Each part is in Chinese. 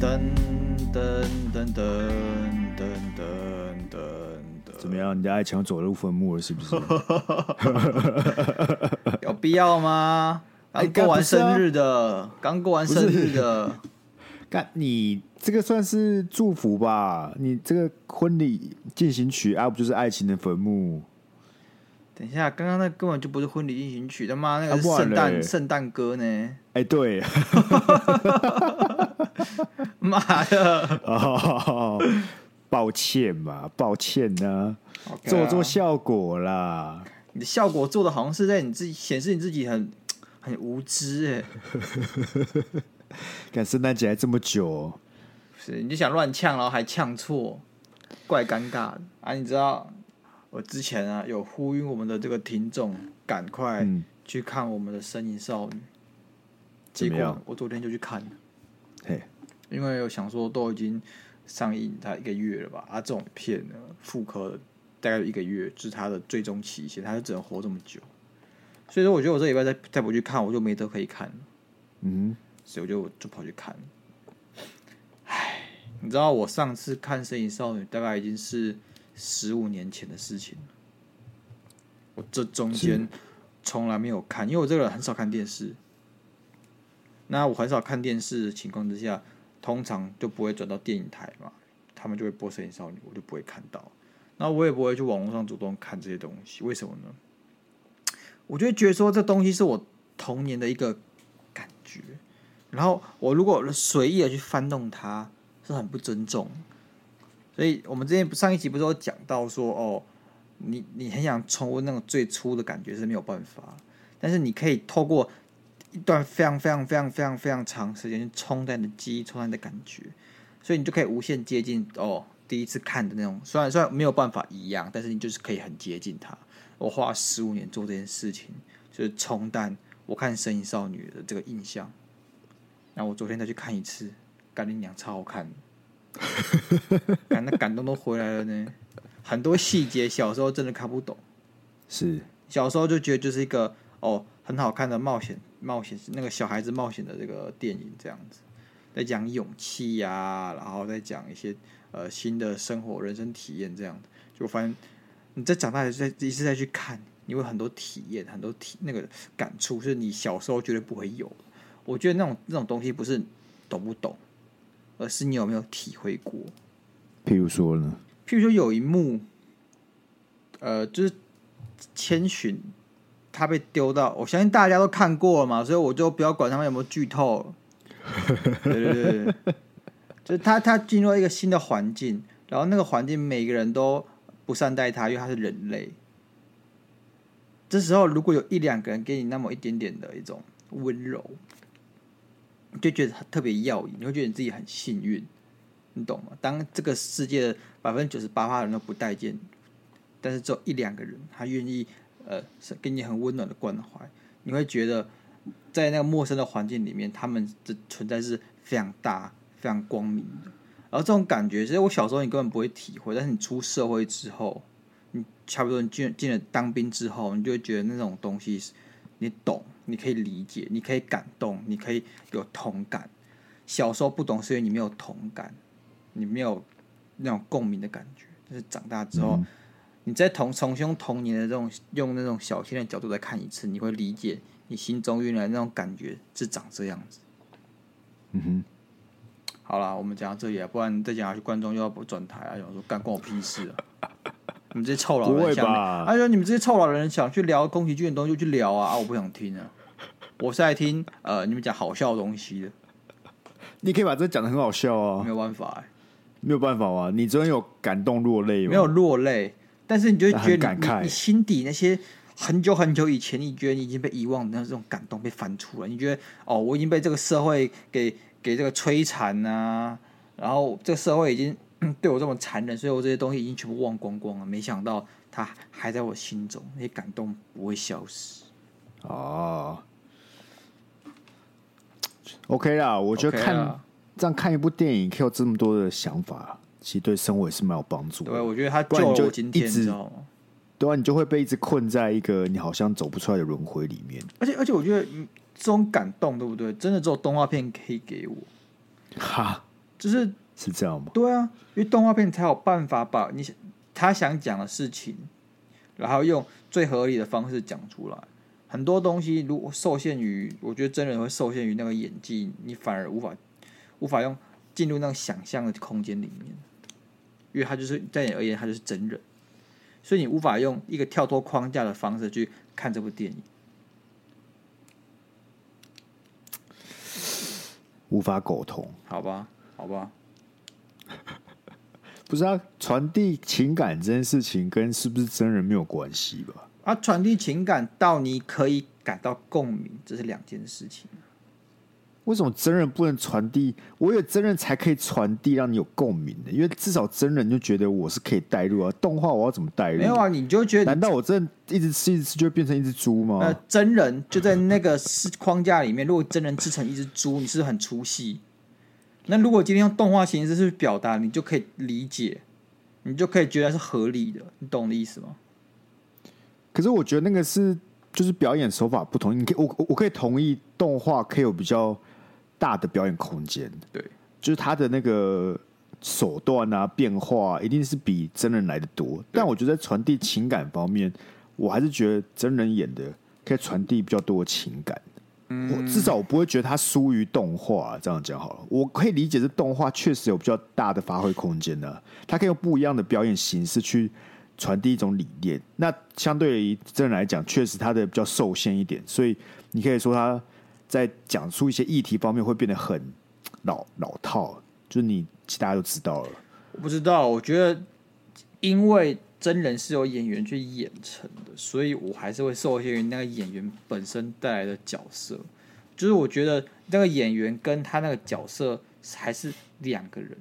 噔噔噔噔噔噔噔噔，怎么样？你的爱情要走入坟墓了，是不是？有必要吗？哎刚过干完不是啊生日的，刚过完生日的，干，你这个算是祝福吧？你这个婚礼进行曲啊，不就是爱情的坟墓？等一下，刚刚那根本就不是婚礼进行曲，他妈那个啊是不然圣诞嘞圣诞歌呢，哎、对， 妈的，哦，抱歉嘛，抱歉呐、 OK 做啊做效果啦。你的效果做的好像是在你自己显示你自己很很无知哎、赶圣诞节还这么久、不是你就想乱呛，然后还呛错，怪尴尬的啊！你知道我之前啊有呼吁我们的这个听众赶快嗯去看我们的《身影少女》怎结么果样我昨天就去看了，嘿，因为我想说都已经上映才一个月了吧，啊，这种片呢复刻大概有一个月，就是它的最终期限，它就只能活这么久。所以说，我觉得我这礼拜再再不去看，我就没得可以看了。嗯所以我就就跑去看。唉，你知道我上次看《身影少女》大概已经是十五年前的事情了。我这中间从来没有看，因为我这个人很少看电视。那我很少看电视的情况之下，通常就不会转到电影台嘛，他们就会播《身影少女》，我就不会看到。那我也不会去网络上主动看这些东西，为什么呢？我就会觉得说这东西是我童年的一个感觉，然后我如果随意的去翻动它，是很不尊重。所以我们之前上一集不是有讲到说，哦，你你很想重温那种最初的感觉是没有办法，但是你可以透过一段非常非常非常非常非常长时间去冲淡你的记忆，冲淡你的感觉，所以你就可以无限接近哦第一次看的那种。虽然虽然没有办法一样，但是你就是可以很接近它。我花十五年做这件事情，就是冲淡我看《神隐少女》的这个印象。然后我昨天再去看一次，干你娘，超好看的，感那感动都回来了呢。很多细节小时候真的看不懂，哼，是小时候就觉得就是一个哦很好看的冒险冒险那个小孩子冒险的这个电影这样子，在讲勇气呀、然后再讲一些呃新的生活人生体验这样子，就发现你在长大的时候再一次再去看，你会很多体验，很多体那个感触是你小时候绝对不会有的。我觉得那种那种东西不是懂不懂，而是你有没有体会过。譬如说呢，譬如说有一幕，呃，就是千寻他被丢到，我相信大家都看过了嘛，所以我就不要管他们有没有剧透了。对对对对，就是他他进入一个新的环境，然后那个环境每个人都不善待他，因为他是人类。这时候如果有一两个人给你那么一点点的一种温柔，你就觉得他特别耀眼，你会觉得你自己很幸运，你懂吗？当这个世界的百分之九十八的人都不待见，但是只有一两个人他愿意呃是给你很温暖的关怀，你会觉得在那个陌生的环境里面，他们的存在是非常大、非常光明的。然后这种感觉，其实我小时候你根本不会体会，但是你出社会之后，你差不多你进进了当兵之后，你就会觉得那种东西是你懂，你可以理解，你可以感动，你可以有同感。小时候不懂，是因为你没有同感，你没有那种共鸣的感觉。但是长大之嗯后，你再同重新用童年的这种用那种小鲜的角度再看一次，你会理解你心中原来那种感觉是长这样子。嗯哼，好啦，我们讲到这里啊，不然再讲下去，观众又要转台啊，想说干关我屁事啊！ 你们这些臭老不人会想，吧他说、你们这些臭老人想去聊宫崎骏的东西就去聊啊，啊，我不想听啊，我是来听呃你们讲好笑的东西的，你可以把这讲的很好笑啊没，有办法、欸。没有办法啊，你昨天有感动落泪吗？没有，落泪，但是你就会觉得但很你感你慨你心底那些很久很久以前，你觉得你已经被遗忘的那种感动被翻出来，你觉得哦，我已经被这个社会给给这个摧残啊，然后这个社会已经嗯对我这么残忍，所以我这些东西已经全部忘光光了。没想到它还在我心中，那些感动不会消失。哦。OK 啦，我觉得 OK 啊看啦这样看一部电影，可以有这么多的想法，其实对生活也是蛮有帮助的。对，我觉得它不救然你了就我今天，一你直知道吗？对啊，你就会被一直困在一个你好像走不出来的轮回里面。而且而且我觉得嗯这种感动，对不对？真的只有动画片可以给我，哈，就是是这样吗？对啊，因为动画片才有办法把你想他想讲的事情，然后用最合理的方式讲出来。很多东西如果受限于，我觉得真人会受限于那个演技，你反而无法无法用进入那个想象的空间里面，因为他就是在你而言，他就是真人，所以你无法用一个跳脱框架的方式去看这部电影。无法苟同，好吧，好吧，不是啊？传递情感这件事情跟是不是真人没有关系吧？啊，传递情感到你可以感到共鸣，这是两件事情。为什么真人不能传递？我有真人才可以传递让你有共鸣的，因为至少真人就觉得我是可以带入啊。动画我要怎么带入？没有啊，你就觉得难道我真的一直吃一直吃就会变成一只猪吗？呃，真人就在那个是框架里面，如果真人吃成一只猪，你是不是很出戏。那如果今天用动画形式去表达，你就可以理解，你就可以觉得是合理的，你懂我的意思吗？可是我觉得那个是就是表演手法不同，你可以我我我可以同意动画可以有比较大的表演空间，对，就是它的那个手段啊变化啊一定是比真人来的多，但我觉得在传递情感方面，我还是觉得真人演的可以传递比较多的情感。我至少我不会觉得它疏于动画、这样讲好了。我可以理解，这动画确实有比较大的发挥空间呢、它可以用不一样的表演形式去传递一种理念。那相对于真人来讲，确实它的比较受限一点，所以你可以说它在讲述一些议题方面会变得很老老套，就是你大家都知道了。我不知道，我觉得因为真人是由演员去演成的，所以我还是会受限于那个演员本身带来的角色。就是我觉得那个演员跟他那个角色还是两个人，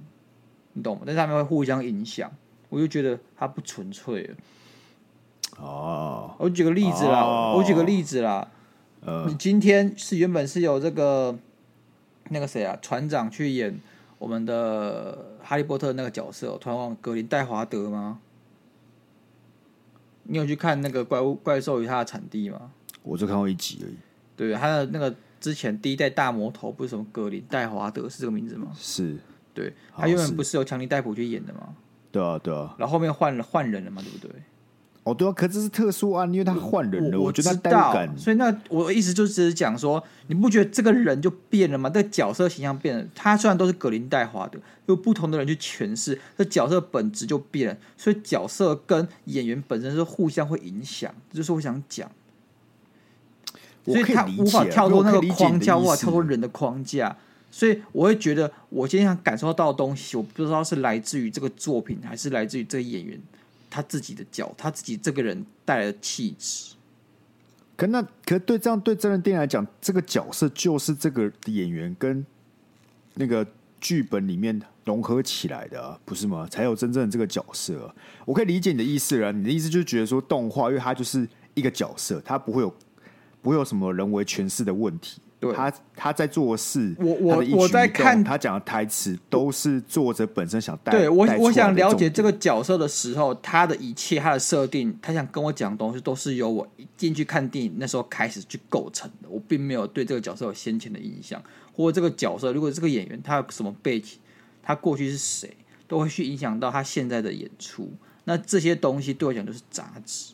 你懂吗？但是他们会互相影响，我就觉得他不纯粹了。哦，我举个例子啦，哦呃我举个例子啦，你今天是原本是由这个那个谁啊，船长去演我们的哈利波特那个角色，我突然忘了格林戴华德吗？你有去看那个怪物怪兽与它的产地吗？我就看过一集而已，对，他的那个之前第一代大魔头不是什么格林戴华德是这个名字吗？是对，好他原本是不是由强尼戴普去演的吗？对啊，对啊，然后后面换了换人了嘛，对不对？哦，对啊，可这是特殊案，因为他换人了，我觉得知他代道入感所以那我的意思就只是讲说，你不觉得这个人就变了吗？这个角色形象变了，他虽然都是格林戴华的，有不同的人去诠释，这角色本质就变了。所以角色跟演员本身是互相会影响，这就是我想讲。我所以可以他理解啊无法跳脱那我可个以理解你的框架，意思无法跳脱人的框架。所以我会觉得，我今天想感受到的东西，我不知道是来自于这个作品，还是来自于这个演员他自己的角，他自己这个人带来的气质。可那可对这样对真人电影来讲，这个角色就是这个演员跟那个剧本里面融合起来的啊、不是吗？才有真正的这个角色啊、我可以理解你的意思了，你的意思就是觉得说动画，因为它就是一个角色，它不会有不会有什么人为诠释的问题。对他他在做的事，我我他的一举我在一动看他讲的台词，都是作者本身想带。对我带，出来我想的了重解点这个角色的时候，他的一切、他的设定，他想跟我讲的东西，都是由我一进去看电影那时候开始去构成的。我并没有对这个角色有先前的印象，或者这个角色，如果这个演员他有什么背景，他过去是谁，都会去影响到他现在的演出。那这些东西对我讲就是杂质，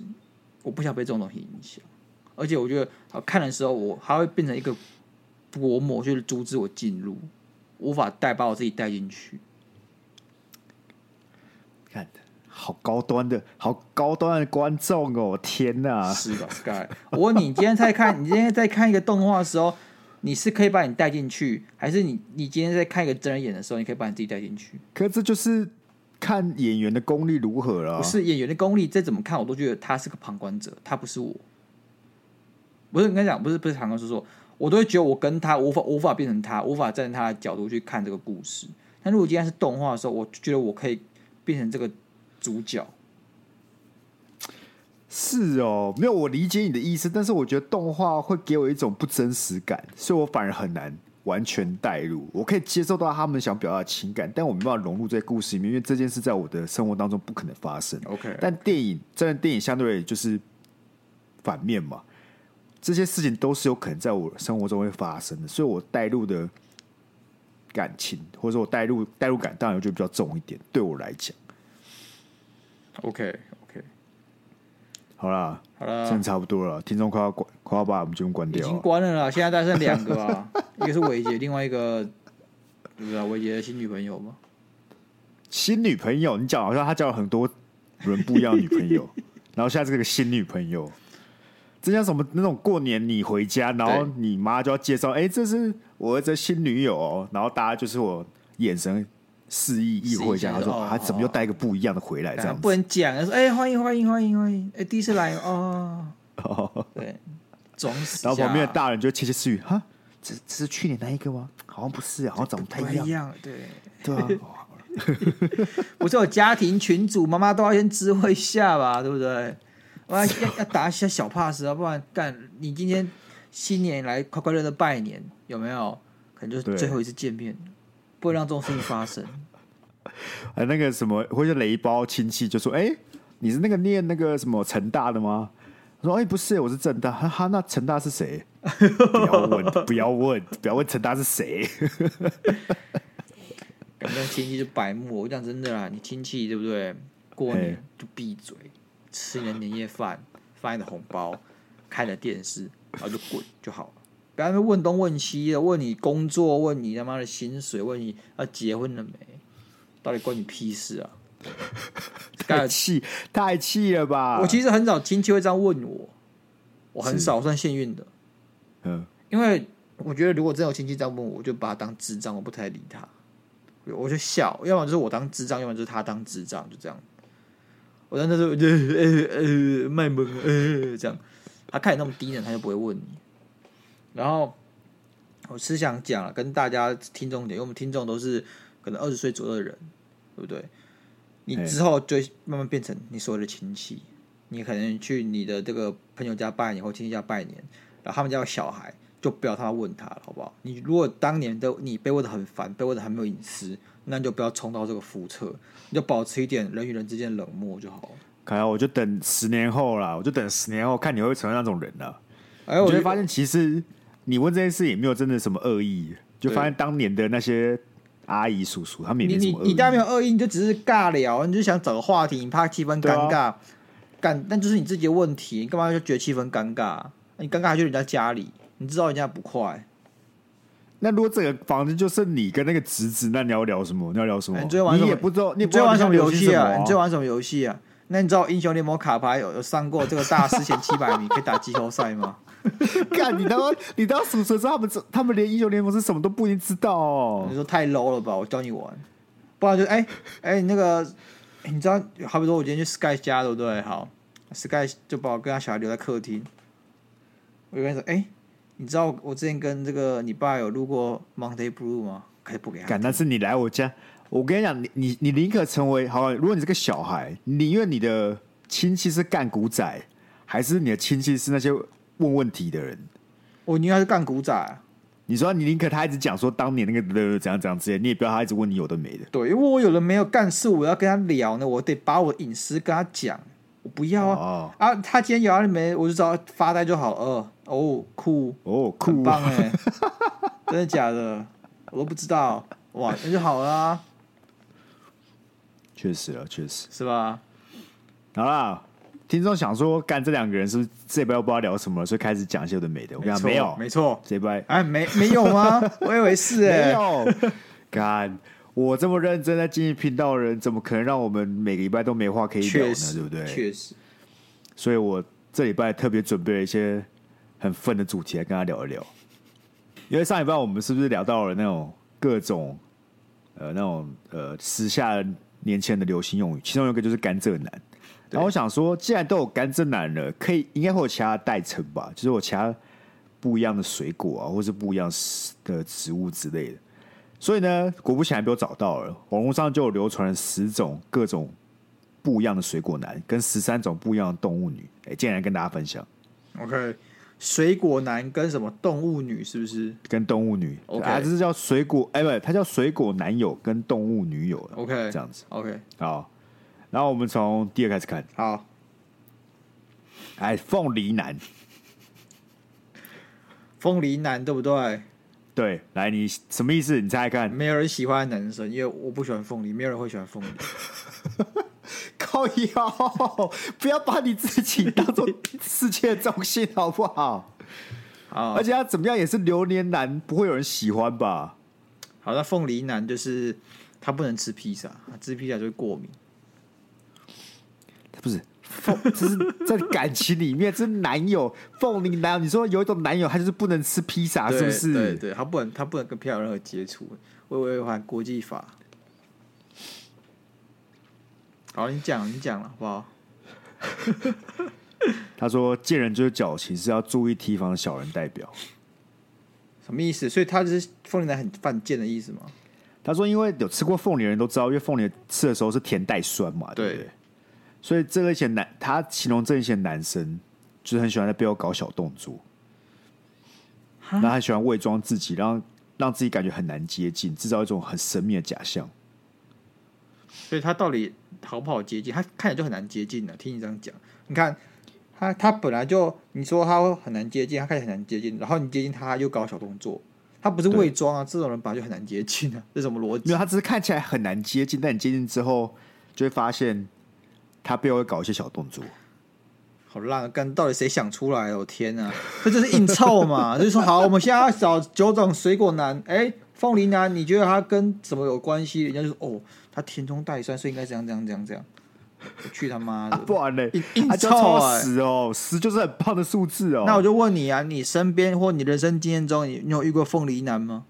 我不想被这种东西影响。而且我觉得呃看的时候，我还会变成一个薄膜去阻止我进入，无法带把我自己带进去。看好高端的好高端的观众哦，天哪！是吧，Sky？我问你，你今天在看，你今天在看一个动画的时候，你是可以把你带进去，还是你你今天在看一个真人演的时候，你可以把你自己带进去？可这就是看演员的功力如何了、不是演员的功力，再怎么看我都觉得他是个旁观者，他不是我。不是，你跟你讲，不是不是旁观者说，我都会觉得我跟他无法无法变成他，无法站在他的角度去看这个故事。但如果今天是动画的时候，我就觉得我可以变成这个主角。是哦，没有我理解你的意思，但是我觉得动画会给我一种不真实感，所以我反而很难完全带入，我可以接受到他们想表达的情感，但我没办法融入这故事里面，因为这件事在我的生活当中不可能发生。 OK，但电影真人电影相对就是反面嘛，这些事情都是有可能在我生活中会发生的，所以我带入的感情或者说我带入带入感当然就比较重一点，对我来讲， OK OK，好啦，好真的了，差不多了，听众快要关快要把我们节目关已掉经了，关了 啦，现在大概剩两个啊， 一个是伟杰，另外一个对不对？伟杰的新女朋友嘛，新女朋友，你讲好像他交了很多轮不一样的女 朋友，然后现在这个新女朋友。这像什么那种过年你回家，然后对你妈就要介绍，哎、这是我的新女友、哦，然后大家就是我眼神示意意会一下，示意一下他说、哦啊，怎么又带一个不一样的回来这样不子？能讲，说哎欢迎欢迎欢迎欢迎，哎第一次来哦，对，装死一下，然后旁边的大人就窃窃私语，哈，这这是去年那一个吗？好像不是，好像长得不太不一一样，样，对，对啊，哦不是有家庭群主，妈妈都要先知会一下吧，对不对？我 要要要打一下小 pass 啊，不然干你今天新年来快快乐乐拜年，有没有？可能就是对最后一次见面，不会让这种事情发生。哎，那个什么，或者雷包亲戚就说：“哎、你是那个念那个什么成大的吗？”我说：“哎、不是，我是正大。”哈哈，那成大是谁？不要问，不要问，不要问成大 是谁。感觉亲戚就白目，我讲真的啦，你亲戚对不对？过年嘿就闭嘴，吃你的年夜饭，发你的红包，看你的电视，然后就滚就好了。不要在那边问东问西的，问你工作，问你他妈的薪水，问你要结婚了没，到底关你屁事啊！太气，太气了吧！我其实很少亲戚会这样问我，我很少算幸运的，嗯，因为我觉得如果真有亲戚这样问我，我就把他当智障，我不太理他，我就笑，要么就是我当智障，要么就是他当智障，就这样。我当时候就呃呃 卖萌呃这样，他看你那么低能，他就不会问你。然后我是想讲啊了，跟大家听众讲，因为我们听众都是可能二十岁左右的人，对不对？你哎之后就会慢慢变成你所谓的亲戚，你可能去你的这个朋友家拜年或亲戚家拜年，然后他们家有小孩，就不要他妈问他了，好不好？你如果当年的你被问的很烦，被问的很没有隐私，那你就不要冲到这个覆辙，你就保持一点人与人之间的冷漠就好了。看来我就等十年后啦，我就等十年后看你会不会成为那种人了、哎，我我就觉会得发现，其实你问这件事也没有真的什么恶意，就对发现当年的那些阿姨叔叔，他们也你没什你么恶意。你当然没有恶意，你就只是尬聊，你就想找个话题，你怕气氛对尴啊尬，干、但就是你自己的问题，你干嘛就觉得气氛尴尬？你尴尬还去人家家里，你知道人家不快，那如果整个房子就剩你跟那个侄子，那你要聊什么？你要聊什么？哎你最近玩什么也不知道，你你也不最近知道玩什么游戏你啊？你想最近流行什么玩什么游戏啊？那你知道英雄联盟卡牌有有上过这个大师前七百名可以打季后赛吗？ 干你他妈，你当叔叔知道他们这他们连英雄联盟是什么都不一定知道你哦。说太 low 了吧？我教你玩，不然就哎哎、那个，哎你知道，好比说我今天去 Sky 家，对不对？好，Sky 就把我跟他小孩留在客厅，我就跟他说，哎、你知道我之前跟这个你爸有录过 Monday Blue 吗？可以不给他干，那是你来我家，我跟你讲，你你你宁可成为好，如果你是个小孩，你宁愿你的亲戚是干股仔，还是你的亲戚是那些问问题的人？我宁愿他是干古仔啊、你说你宁可他一直讲说当年那个的怎样怎样之类，你也不要他一直问你有的没的。对，因为我有人没有干事，我要跟他聊呢，我得把我的隐私跟他讲，我不要啊、哦啊！他今天有啊没，我就找他发呆就好了。哦，酷，哦，很酷，棒哎、 真的假的？我都不知道，哇，那就好啦、确实啊，确实。是吧？好啦，听众想说，干这两个人是不是这边不知道聊什么了，所以开始讲一些有的没的。我跟你讲，错没有，没错。这边哎，没没有吗？我以为是哎、没有。干，我这么认真在经营频道的人，怎么可能让我们每个礼拜都 没话可以聊确呢？实，对不对？确实，所以我这礼拜特别准备了一些很愤的主题来跟他聊一聊。因为上礼拜我们是不是聊到了那种各种呃那种呃时下年轻人的流行用语，其中有一个就是甘蔗男。然后我想说，既然都有甘蔗男了，可以应该会有其他的代称吧，就是有其他不一样的水果啊，或是不一样的植物之类的。所以呢，果不其然被我找到了，网络上就有流传了十种各种不一样的水果男，跟十三种不一样的动物女，哎、竟然跟大家分享。 OK，水果男跟什么动物女是不是跟动物女 OK 啊，这是叫水果哎，不，它叫水果男友跟动物女友了？OK，这样子。 OK，好，然后我们从第二开始看，好，哎，凤梨男，凤梨男对不对？对，来你什么意思？你猜猜看，没有人喜欢男生，因为我不喜欢凤梨，没有人会喜欢凤梨。 靠腰，不要把你自己当做世界中心好不好？好 而，且他怎么样也是榴莲男，不会有人喜欢吧？好，那凤梨男就是他不能吃披萨，他吃披萨就会过敏。不是，凤， 这是在感情里面，这是男友凤梨男友。你说有一种男友，他就是不能吃披萨，对啊是不对是？对，他不能，他不能跟漂亮任何接触，会违反国际法。好，你讲，你讲了，好不好？他说见人就是矫情，是要注意提防小人代表。什么意思？所以他就是凤梨男很犯贱的意思吗？他说，因为有吃过凤梨的人都知道，因为凤梨吃的时候是甜带酸嘛，对不对对？所以这一些男，他形容这一些男生就是很喜欢在背后搞小动作，哈然后很喜欢伪装自己，让让自己感觉很难接近，制造一种很神秘的假象。所以他到底好不好接近？他看起来就很难接近的。听你这样讲，你看他他本来就你说他会很难接近，他看起来很难接近，然后你接近他他又搞小动作，他不是对伪装啊，这种人本来就很难接近啊，这什么逻没辑有，？他只是看起来很难接近，但你接近之后，就会发现他背后会搞一些小动作。好烂啊，干到底谁想出来的？我天啊， 这就是硬凑 嘛！就是说好，我们现在要找九种水果男，哎、凤梨男，你觉得他跟什么有关系？人家就说哦，他甜中带酸，所以应该这样这样这样这样。我去他妈的！啊、 不然嘞硬，硬他就凑超欸十哦，十就是很胖的数字哦。那我就问你啊，你身边或你人生经验中，你你有遇过凤梨男吗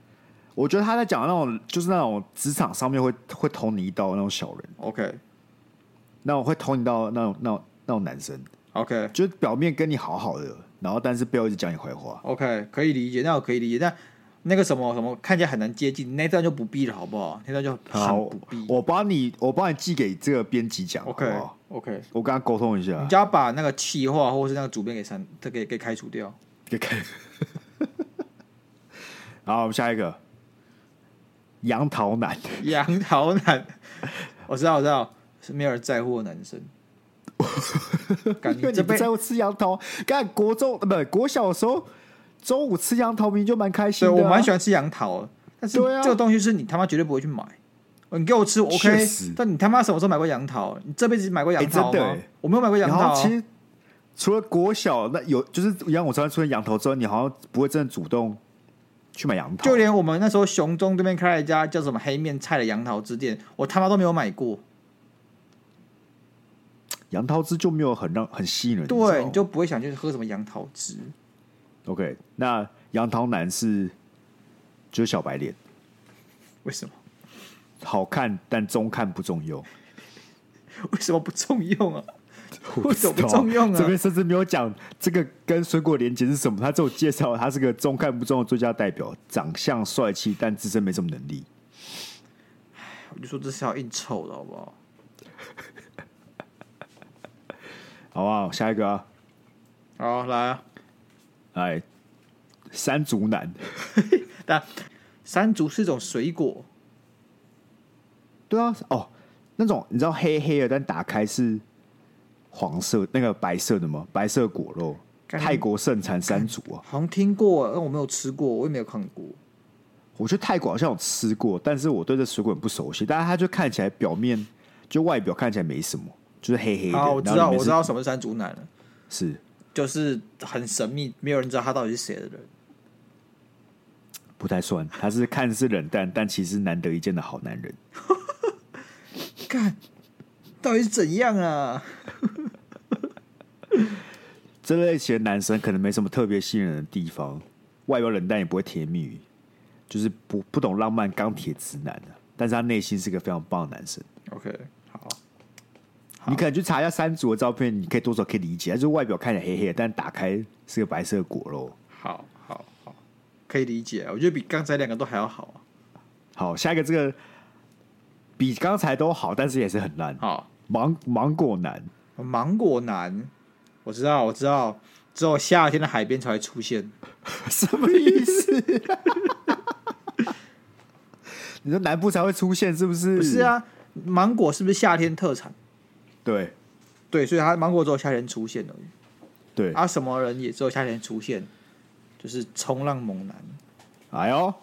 我觉得他在讲的那种，就是那种职场上面会会捅你一刀的那种小人， ？OK 那种会捅你到那种那种那种男生， OK 就是表面跟你好好的，然后但是背后一直讲你坏话。 OK，可以理解，那我可以理解。但那个什么什么看起来很难接近，那段就不必了，好不好？那段就好很不必。我帮你，我帮你寄给这个编辑讲 OK 好不好？ OK，我跟他沟通一你下就。要把那个气话或是那个主编给删，这给给开除 掉。给看。好，我们下一个，杨桃男，杨桃男，我知道我知道，是没有人在乎的男 生。 感因为觉你这不辈在乎吃杨桃。干国中呃不国小的时候，中午吃杨桃明明就蛮开心对的、啊我蛮喜欢。欢吃杨桃的，但是对啊这个东西是你他妈绝对不会去买。你给我吃我确 OK，实但你他妈什么时候买过杨桃？你这辈子买过杨桃哎真吗？的哎我没有买过杨然桃啊、后其实除了国小那有就是杨我常常出现杨桃之外，你好像不会真的主动去买杨桃。就连我们那时候雄中对面开了一家叫什么黑面菜的杨桃之店，我他妈都没有买过。杨桃汁就没有很让很吸引人，你知道对，吗你就不会想去喝什么杨桃汁。 OK。那杨桃男是就是小白脸，为什么？ 好看但中看不中用。为什么不重用啊？为什么不懂重用啊？这边甚至没有讲这个跟水果连接是什么，他只有介绍他是个中看不中的最佳代表，长相帅气，但自身没什么能力。我就说这是要硬凑的好不好？好不好？下一个啊，好，来啊！来山竹男，但山竹是一种水果，对啊，哦，那种你知道黑黑的，但打开是黄色那个白色的吗？白色果肉，干泰国盛产山竹啊。好像听过，呃但我没有吃过，我也没有看过。我去泰国好像有吃过，但是我对这水果很不熟悉。但是它就看起来表面就外表看起来没什么，就是黑黑的。好，我然后知道，里面我是知道什么是山竹男了，是就是很神秘，没有人知道他到底是谁的人。不太算，他是看似冷淡，但其实难得一见的好男人。干，到底是怎样啊？这类型的男生可能没什么特别吸引人的地方，外表冷淡也不会甜言蜜语，就是不不懂浪漫钢铁直男啊但是他内心是个非常棒的男生。 OK，好，你可能去查一下山竹的照片，你可以多少可以理解，他就是外表看起来黑黑的，但打开是个白色的果肉。好，好，好，可以理解。我觉得比刚才两个都还要好啊。好，下一个这个比刚才都好，但是也是很烂。好，芒芒果男，芒果男，我知道，我知道，只有夏天的海边才会出现。嗯什么意思？ 你说南部才会出现是不是？不是，啊，芒果是不是夏天特产？对对，所以它芒果只有夏天出现而已。对，啊，什么人也只有夏天出现，就是冲浪猛男。哎呦，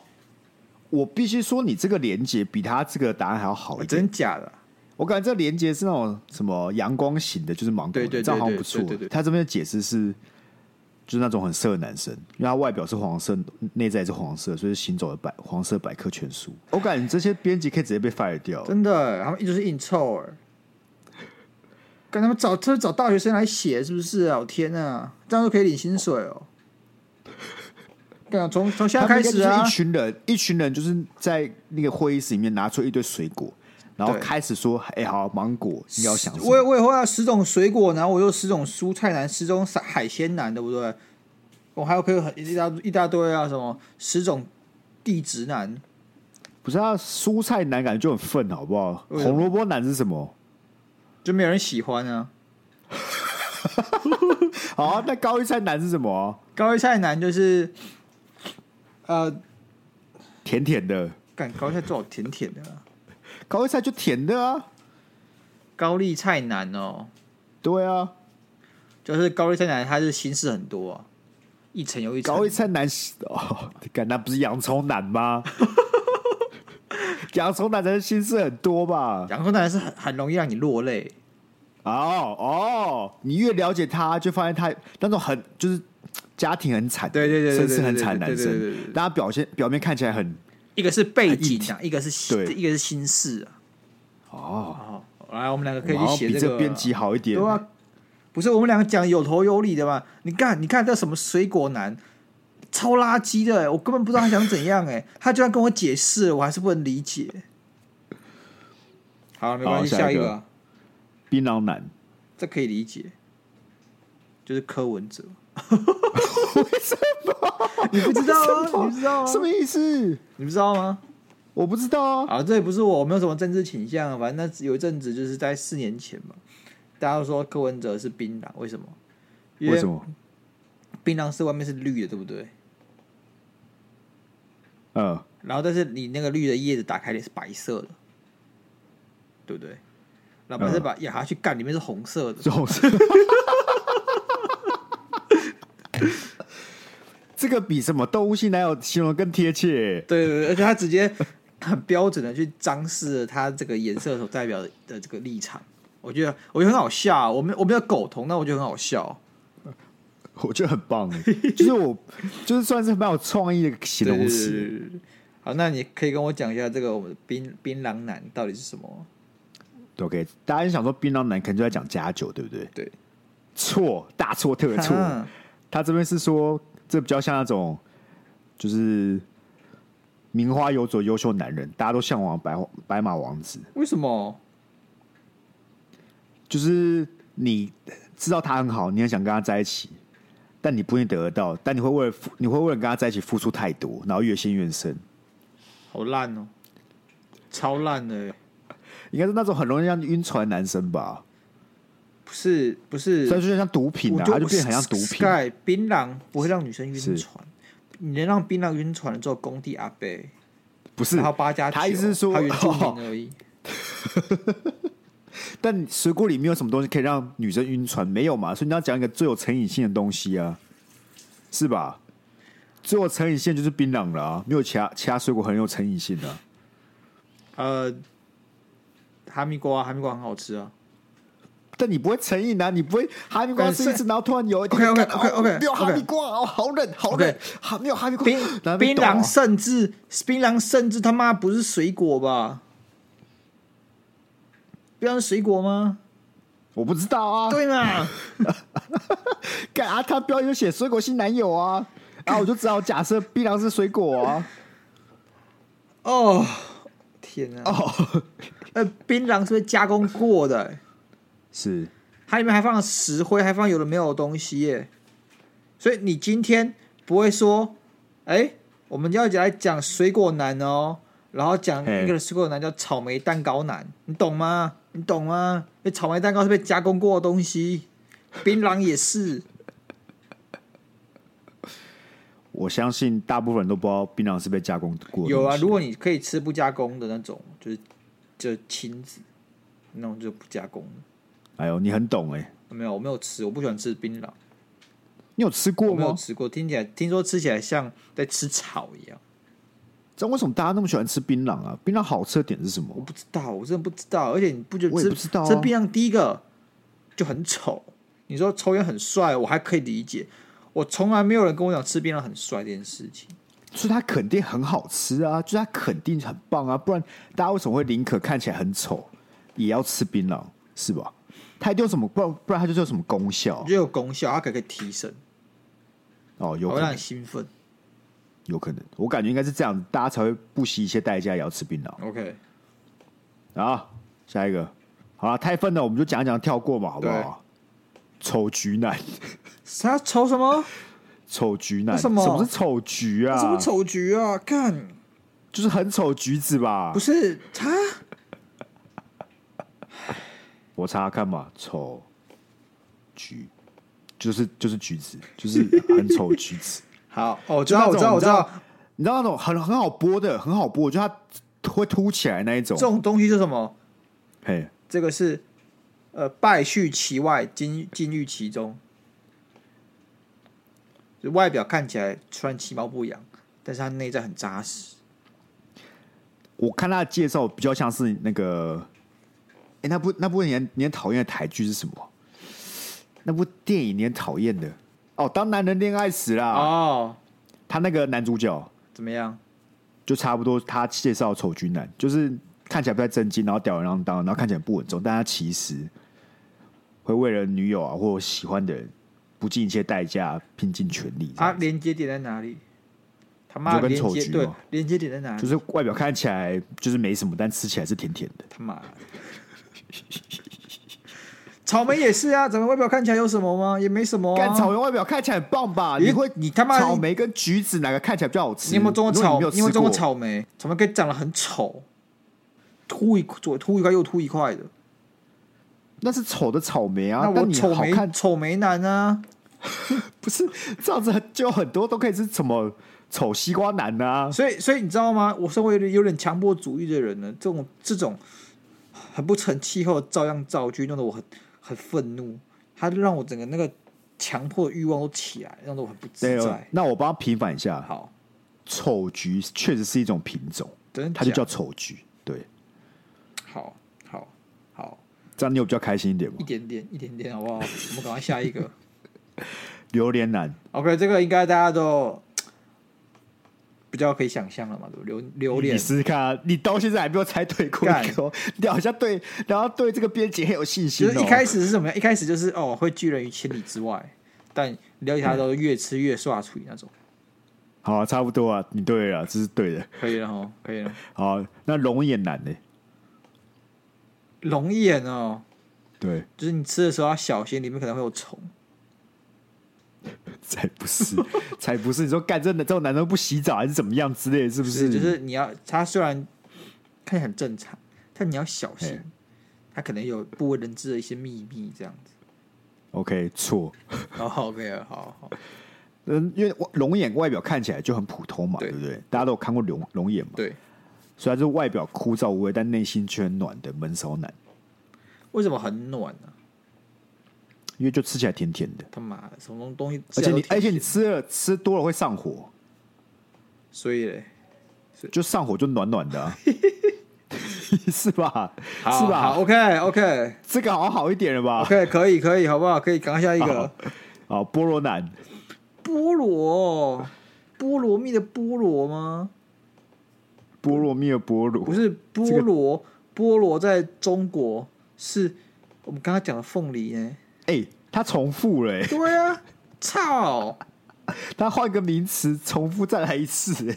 我必须说你这个连接比他这个答案还要好一点。真假的啊、我感觉这连接是那种什么阳光型的，就是芒果的，对对对这样好像不对对对错。对他这边的解释是，就是那种很色的男生，因为他外表是黄色，内在也是黄色，所以是行走的百黄色百科全书。我感觉这些编辑可以直接被 fire 掉。真的，欸他们一直是硬凑哎、跟他们找这找大学生来写是不是啊？我天啊，这样就可以领薪水哦。干啊从从现在他开们应该始就是啊一，群人，一群人就是在那个会议室里面拿出一堆水果，然后对开始说：“哎、好，芒果，你要想什我也么我也会要啊十种水果，然后我又十种蔬菜男，十种海海鲜男，对不对？我还有可以很一大一大堆啊，什么十种地直男，？”不是啊，蔬菜男感觉就很愤，好不好？为什么红萝卜男是什么？就没有人喜欢啊。好啊、那高丽菜男是什么啊？高丽菜男就是，呃，甜甜的，干高丽菜最好甜甜的、啊，高丽菜就甜的啊。高丽菜男哦。对啊，就是高丽菜男，他是心事很多啊，一层又一层。高丽菜男哦，干那不是洋葱 男吗？洋葱男的心事很多吧？洋葱男是很很容易让你落泪，哦哦，你越了解他，就发现他那种很就是家庭很惨，对对对对身对世很对惨的对男对对对对生，对但他表现表面看起来很一个是背景啊，一个是心对一个是心事啊。哦，哦，来，我们两个可以然去后写比这这个个编辑好一点，对啊，不是我们两个讲有头有理的嘛？你看，你看这什么水果男，超垃圾的、欸我根本不知道他想怎样哎、 他居然跟我解释，我还是不能理解。好，没关系，好下下一个个啊，槟榔男，这可以理解，就是柯文 哲。为什么？你不知道为什么吗？啊你不知道吗什？么意思？你不知道吗？我不知道啊，啊，这也不是我，我没有什么政治倾向啊，反正那有一阵子就是在四年前嘛，大家都说柯文哲是槟榔，为什么？因为什么？槟榔是外面是绿的，对不对？嗯，然后但是你那个绿的叶子打开也是白色的，对不对？然后再把咬下去干，里面是红色 的，这种事。 这个比什么动物性男友形容更贴切？对对对，而且他直接很标准的去张示了他这个颜色所代表的这个立场，我觉得我觉得很好笑啊、我没我没有苟同，但我觉得很好笑。我觉得很棒欸，就是我就是算是蛮有创意的形对容对对词。对对对好，那你可以跟我讲一下这个我们的槟槟榔男到底是什 么？ OK，大家就想说槟榔男可能就在讲加酒，对不对？对，错，大错特错。啊他这边是说，这比较像那种就是名花有主优秀男人，大家都向往白花白马王子，为什么？就是你知道他很好，你很想跟他在一起，但你不一定得得到，但你会为了付你会为了跟他在一起付出太多，然后越陷越深。好烂哦，超烂的欸，应该是那种很容易让你晕船的男生吧，不是不所以是，就像毒品我啊，觉他得就变得很像毒品。 Sky 槟榔不会让女生是晕船，你能让槟榔晕船的只有工地阿伯，不是然后八加九，他意思是说他原住哦民而 已。但水果里没有什么东西可以让女生晕船，没有嘛？所以你要讲一个最有成瘾性的东西啊，是吧？最有成瘾性就是槟榔了啊，没有其他其他水果很有成瘾性的啊、呃，哈密瓜，哈密瓜很好吃 啊。但你不会成瘾啊，你不会哈密瓜但吃是一次，然后突然有一天 OK，OK，干 OK，OK，哦没有哈 OK 密瓜哦，好冷好冷 OK，哈没有哈密瓜，槟然后被槟抖啊榔甚至槟榔甚至他妈不是水果吧？槟榔是水果吗？ 我不知道啊，对嘛？干啊，他标题就写水果性男 友啊，啊，我就只好假设槟榔是水果啊，哦，天啊！ 哦，呃，槟榔是被加工过的、欸是它里面还放了石灰，还放有的没有的东西耶、所以你今天不会说，哎、我们要来讲水果男哦，然后讲嘿一个水果男叫草莓蛋糕男，你懂吗？你懂吗？因为草莓蛋糕是被加工过的东西，槟榔也是，我相信大部分人都不知道槟榔是被加工过的东西。有啊，如果你可以吃不加工的那种，就是就亲子那种就不加工的。哎呦，你很懂哎、没有，我没有吃，我不喜欢吃槟榔，你有吃我过没有吗？吃过。听起来听说吃起来像在吃草一样，这为什么大家那么喜欢吃槟榔啊？槟榔好吃的点是什我么？不知道，我真的不知道。而且你不觉得我也吃不知道啊吃槟榔第一个就很丑，你说抽烟很帅，我还可以理解。我从来没有人跟我讲吃槟榔很帅这件事情。就是它肯定很好吃啊，就是它肯定很棒啊，不然大家为什么会宁可看起来很丑也要吃槟榔，是吧？它一定有什么，不然不然它就是有什么功效我觉得有功效，它可可以提神，哦，有它会可让能你，兴奋。有可能，我感觉应该是这样，大家才会不惜一切代价也要吃槟榔 OK，啊。下一个，好了，太愤了，我们就讲一讲跳过嘛，好不好？丑橘男，啥愁什么？丑橘男，为什么么是丑橘啊？什么？丑橘啊？看，就是很丑橘子吧？不是他，我查查看嘛，丑橘，就是就是 橘子，就是很丑橘子。好，哦， 我知就道，那我知道，种我知道，你知道那种很很好剥的，很好剥，就它会凸起来那一种这。种东西是什么？嘿，这个是呃，败絮其外，金金玉其中。就外表看起来虽然其貌不扬，但是它内在很扎实。我看他的介绍比较像是那个，哎、那部那部你很你很讨厌的台剧是什么？那部电影你很讨厌的哦，《当男人恋爱时》啦，哦，他那个男主角怎么样？就差不多，他介绍丑橘男，就是看起来不太正经，然后吊儿郎当，然后看起来不稳重，但他其实会为了女友啊或喜欢的人，不计一切代价，拼尽全力这啊，样子连接点在哪里？他妈就的跟连丑接橘对嘛连接点在哪里？就是外表看起来就是没什么，但吃起来是甜甜的。他妈的！草莓也是啊，怎么外表看起来有什么吗？也没什么、啊。干草莓外表看起来很棒吧？你你会你他妈草莓跟橘子哪个看起来比较好吃？你有没有种过草？如果你你有没有没有吃种过过？草莓？草莓可以长得很丑，凸一左凸一块右凸一块的。那是丑的草莓啊，那但我你丑好莓看丑莓男啊，不是这样子，就很多都可以是什么丑西瓜男啊。所以所以你知道吗？我身为有点有点强迫主义的人呢，这种这种很不成气候的照样造句，弄得我很很愤怒，他让我整个那个强迫的欲望都起来，让得我很不对自哦在，。那我帮他平反一下，好，丑橘确实是一种品种，真的它就假叫的丑橘。对，好好好这样你有比较开心一点吗一？点点一点点好 不好？我们赶快下一个。榴莲男， OK，这个应该大家都比较可以想象了嘛，对不对？榴榴你莲试试看啊！你到现在还没有猜对过一个哦，你好像对，然后对这个编辑很有信心就哦。是一开始是怎么样？一开始就是哦，会拒人于千里之外，但了解他都越吃越刷出那种。好啊、差不多啊，你对了，这是对的。可以了哈，可以了。好啊，那龙眼男呢？龙眼哦，对，就是你吃的时候要小心，里面可能会有虫。才 不是，才不是！你说干真的，这种男生不洗澡还是怎么样之类的，是不不是？是，就是你要它虽然看起来很正常，但你要小心嘿，它可能有不为人知的一些秘密这样子。 OK 错，哦，OK 了，好好。嗯，因为龙眼外表看起来就很普通嘛，对对不对？大家都有看过龙龙眼嘛，对，虽然是外表枯燥无味，但内心却很暖的闷骚男，为什么很暖呢、因为就吃起来甜甜的，他妈的，什么东西吃起而且来都甜甜你的？而且你吃了吃多了会上火，所以嘞，就上火就暖暖 的、啊，是吧？好是吧好？OK OK 这个好像好一点了吧？ OK，可以可以，好不好？可以，赶快下一个好好，菠萝男，菠萝，菠萝蜜的菠萝吗？菠萝蜜的菠萝，不是菠萝，菠萝在中国是我们刚刚讲的凤梨呢。哎、他重复了、欸，对啊，操！他换个名词重复再来一次、欸。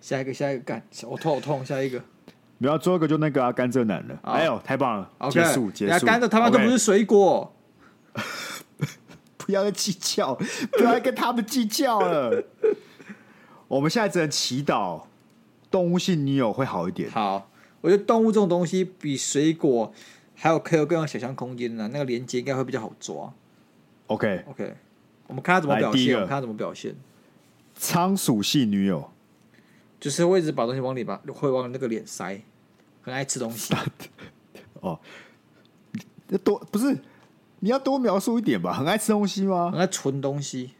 下一个，下一个，干，我头好痛，下一个。没有，最后一个就那个啊，甘蔗男了。好哎呦，太棒了 OK，结束结人束。家甘蔗他妈都 OK，不是水果。不要再计较，不要再跟他们计较 了。我们现在只能祈祷动物性女友会好一点。好，我觉得动物这种东西比水果还有可以有更有想象空间的、那个连接应该会比较好抓。 OK， OK，我们看他怎么来表第一现，个我们看他怎么表现。仓鼠系女友，就是会一直把东西往里把会往那个脸塞，很爱吃东西。那多不是你要多描述一点吧？很爱吃东西吗？很爱存啊东西，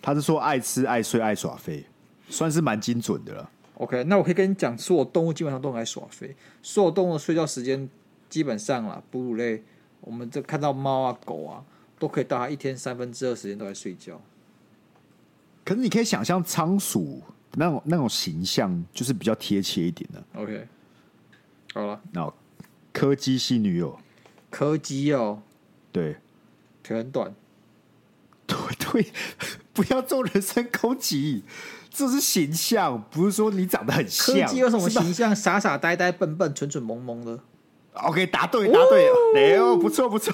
他是说爱吃、爱睡、爱耍废，算是蛮精准的了。 OK，那我可以跟你讲，所有动物基本上都很爱耍飞，所有动物的睡觉时间基本上啦，哺乳类，我们这看到猫啊、狗啊，都可以到它一天三分之二时间都在睡觉。可是你可以想象仓鼠那种那种形象，就是比较贴切一点的。 OK，好了，然后柯基系女友，柯基哦，对腿很短，对 对，不要做人身攻击，这是形象，不是说你长得很柯像。基有什么是吧形象？傻傻呆呆、笨笨、蠢蠢萌萌的。 ？OK，答对答哦对，哎呦，不错不错。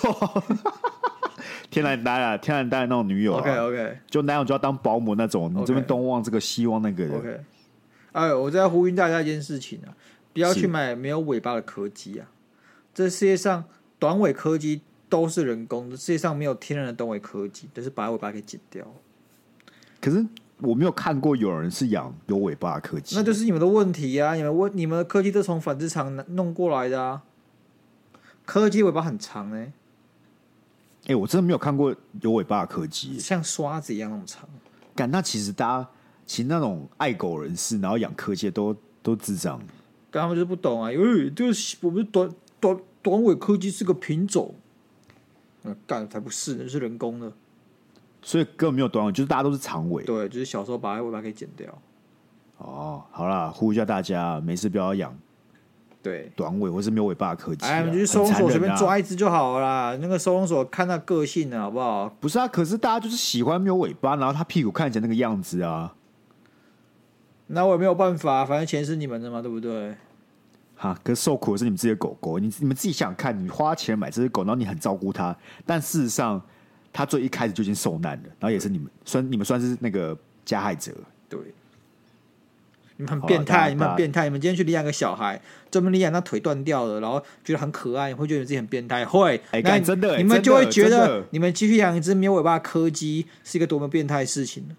天然呆啊，天然呆的那种女友、啊 OK OK 就男友就要当保姆那种，你这边 OK 东望这个西望那个的 OK，哎，我在呼吁大家一件事情啊，不要去是买没有尾巴的柯基啊！这世界上短尾柯基都是人工的，世界上没有天然的短尾柯基，都是把尾巴给剪掉。可是我没有看过有人是养有尾巴的柯基，那就是你们的问题啊！你们问你们的柯基都从繁殖场拿弄过来的啊。柯基尾巴很长呢、哎、我真的没有看过有尾巴的柯基。像刷子一样那么长。感那其实大家其实那种爱狗人士，然后养柯基的都都智障，但他们就是不懂啊，因为这个我们短短短尾柯基是个品种，嗯，干才不是呢，是人工的。所以根本没有短尾，就是大家都是长尾。对，就是小时候把尾巴给剪掉。哦，好啦，呼吁一下大家，没事不要养对，短尾或是没有尾巴的柯基、啊。哎，你们去很收容残所忍随便啊抓一只就好了啦。那个收容所看那个性的好不好？不是啊，可是大家就是喜欢没有尾巴，然后它屁股看起来那个样子啊，那我也没有办法，反正钱是你们的嘛，对不对？哈，可是受苦的是你们自己的狗狗，你你们自己想想看，你花钱买这只狗，然后你很照顾它，但事实上它最一开始就已经受难了，然后也是你们算你们算是那个加害者，对，你们很好啊变大家态，你们大家很变态。你们今天去领养个小孩，专门领养那腿断掉的，然后觉得很可爱，你会觉得你自己很变态，会。哎那干你真的哎你们就会觉真的真得的你们继续养一只没有尾巴的柯基是一个多么变态的事情呢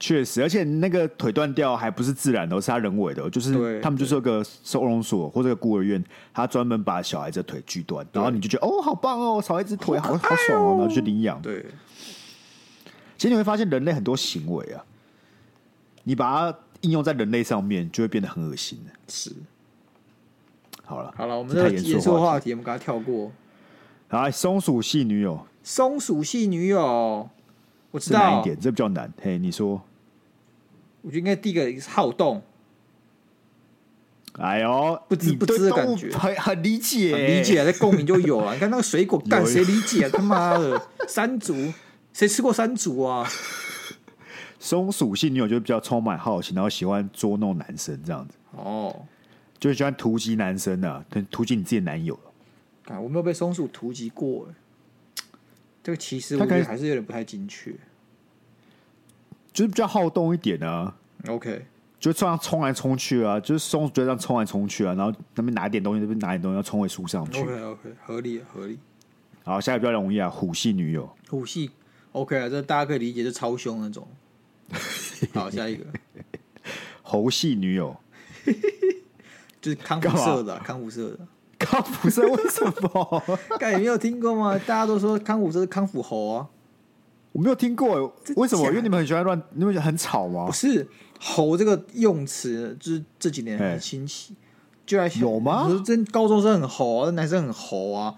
确实，而且那个腿断掉还不是自然的哦，是他人为的哦，就对是他们就是有个收容所或者个孤儿院，他专门把小孩子的腿锯断，然后你就觉得哦，好棒哦，少一只腿，好好爽哦，然后就去领养。对，其实你会发现，人类很多行为啊，你把它应用在人类上面，就会变得很恶心的。是。好了，好了，我们这这个太严严肃肃的的话话题，我们给它跳过。题。来，松鼠系女友松鼠系女友，我知是难道一，点，这比较难。嘿，你说，我觉得应该第一个是好动。哎呦，不知你不对知的动感物觉很很理解，很理解，在共鸣就有了。啊你看那个水果，干有谁理解啊？他妈的，山竹，谁吃过山竹啊？松鼠系女友就比较充满好奇，然后喜欢捉弄男生这样子，哦，就是喜欢突击男生啊，可能突击你自己的男友。看我没有被松鼠突击过、欸，这个其实我他觉可得能还是有点不太精确。就是比较好动一点啊， OK，就这样冲来冲去啊，就是松鼠就这样冲来冲去啊，然后那边拿一点东西，那边拿一点东西，要冲回树上去。 OK OK，合理合理。好，下一个比较容易啊，虎系女友，虎系 OK 啊，这大家可以理解，就超凶那种。好，下一个猴系女友，就是康复社的啊、康复社的，靠谱是为什么？ 干你没有听过吗？大家都说康复社是康复猴啊，我没有听过，为什么？假的因为你们很喜欢乱，你们很吵吗不？是“猴”这个用词，就是这几年哎很新奇，就在想有吗你说真高中生很猴啊，男生很猴啊，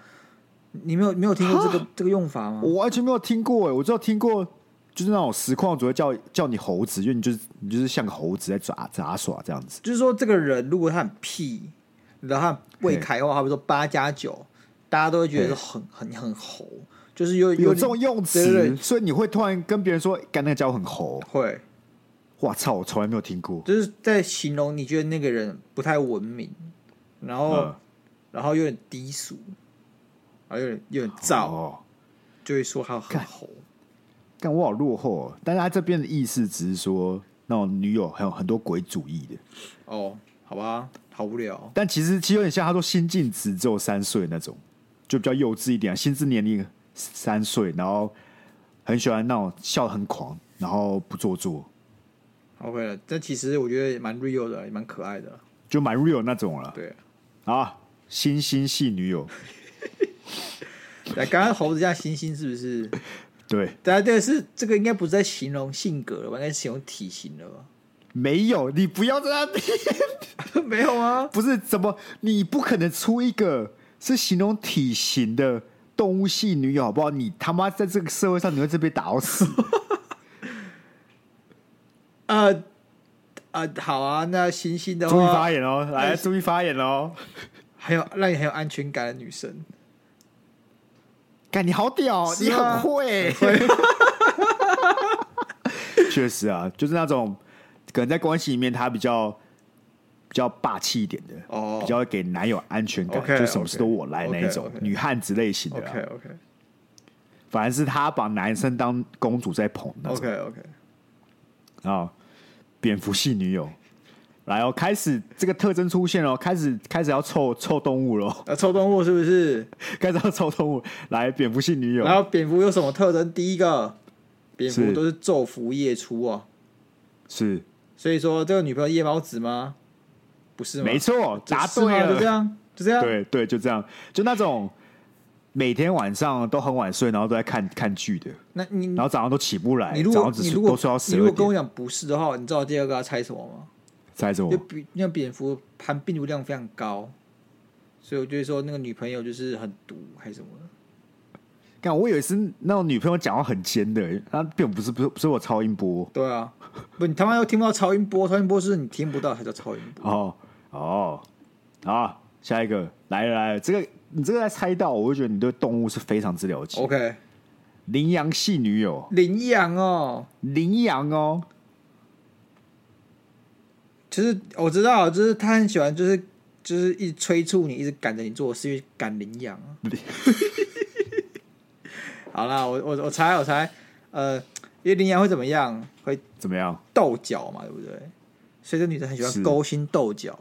你没有没有听过这啊个这个用法吗？我完全没有听过哎，我只有听过就是那种实况主会叫叫你猴子，因为你就是你就是像个猴子在杂杂耍这样子。就是说，这个人如果他很屁，然后他未开化，好比说八加九，大家都会觉得嘿很很很猴，就是有有点这种用对对词，对所以你会突然跟别人说“干那个家伙很猴会，”，哇操，我从来没有听过。就是在形容你觉得那个人不太文明，然后、嗯，然后有点低俗，然后有点有点燥，哦，就会说他很干猴。但我好落后、哦。但是他这边的意思只是说，那种女友还有很多鬼主义的，哦，好吧，好无聊。但其实其实有点像他说心境只只有三岁那种，就比较幼稚一点、啊，心智年龄三岁，然后很喜欢那种笑得很狂，然后不做作， OK 了，这其实我觉得也蛮 real 的，也蛮可爱的。就蛮 real 那种了对，啊。星星系女友，来，刚刚猴子加星星是不是？对，大家这个是这个应该不是在形容性格了吧？应该是形容体型了吧？ 没有，你不要在那边， 没有啊，不是怎么，你不可能出一个是形容体型的动物系女友，好不好？你他妈在这个社会上，你会是被打到死。呃呃，好啊，那星星的注意话发，言哦，来，注意发言哦。还有让你很有安全感的女生，干，你好屌，是你吗很会。 确实啊，就是那种可能在关系里面，他比较比较霸气一点的，哦比较会给男友安全感 OK，就什么 OK，事都我来那一种 OK，OK 女汉子类型的、啊。 OK OK 反而是他把男生当公主在捧那种 OK OK，啊。蝙蝠系女友，来哦，开始这个特征出现哦，开始开始要凑凑动物喽，那臭动物是不是？ 开始要凑动物。来，蝙蝠系女友，然后蝙蝠有什么特征？第一个，蝙蝠是都是昼伏夜出啊，是所以说这个女朋友夜猫子吗？不是吗？没错，就答是吗啊对了，就这样，就这样。 对对，就这样，就那种每天晚上都很晚睡，然后都在看看剧的，那你然后早上都起不来，你如早果上你只睡如果都睡到你十如二果跟我点，讲不是的话，你知道我第二个要猜什么吗？猜什就么？比那蝙蝠含病毒量非常高，所以我就会说那个女朋友就是很毒还是什么的。看，我以为是那种女朋友讲话很尖的，她并不是不是不是我超音波对啊，不你他妈又听不到超音波，超音波是你听不到才叫超音波。哦哦，好，下一个来了来了，这个你这个在猜到，我就觉得你对动物是非常之了解。 OK，羚羊系女友，领养哦，羚羊哦，就是我知道，就是他很喜欢，就是就是一直催促你，一直赶着你做，是因为赶领养 啊。好啦，我我我猜我猜，呃，因为领养会怎么样？会怎么样？斗角嘛，对不对？所以这女生很喜欢是勾心斗角。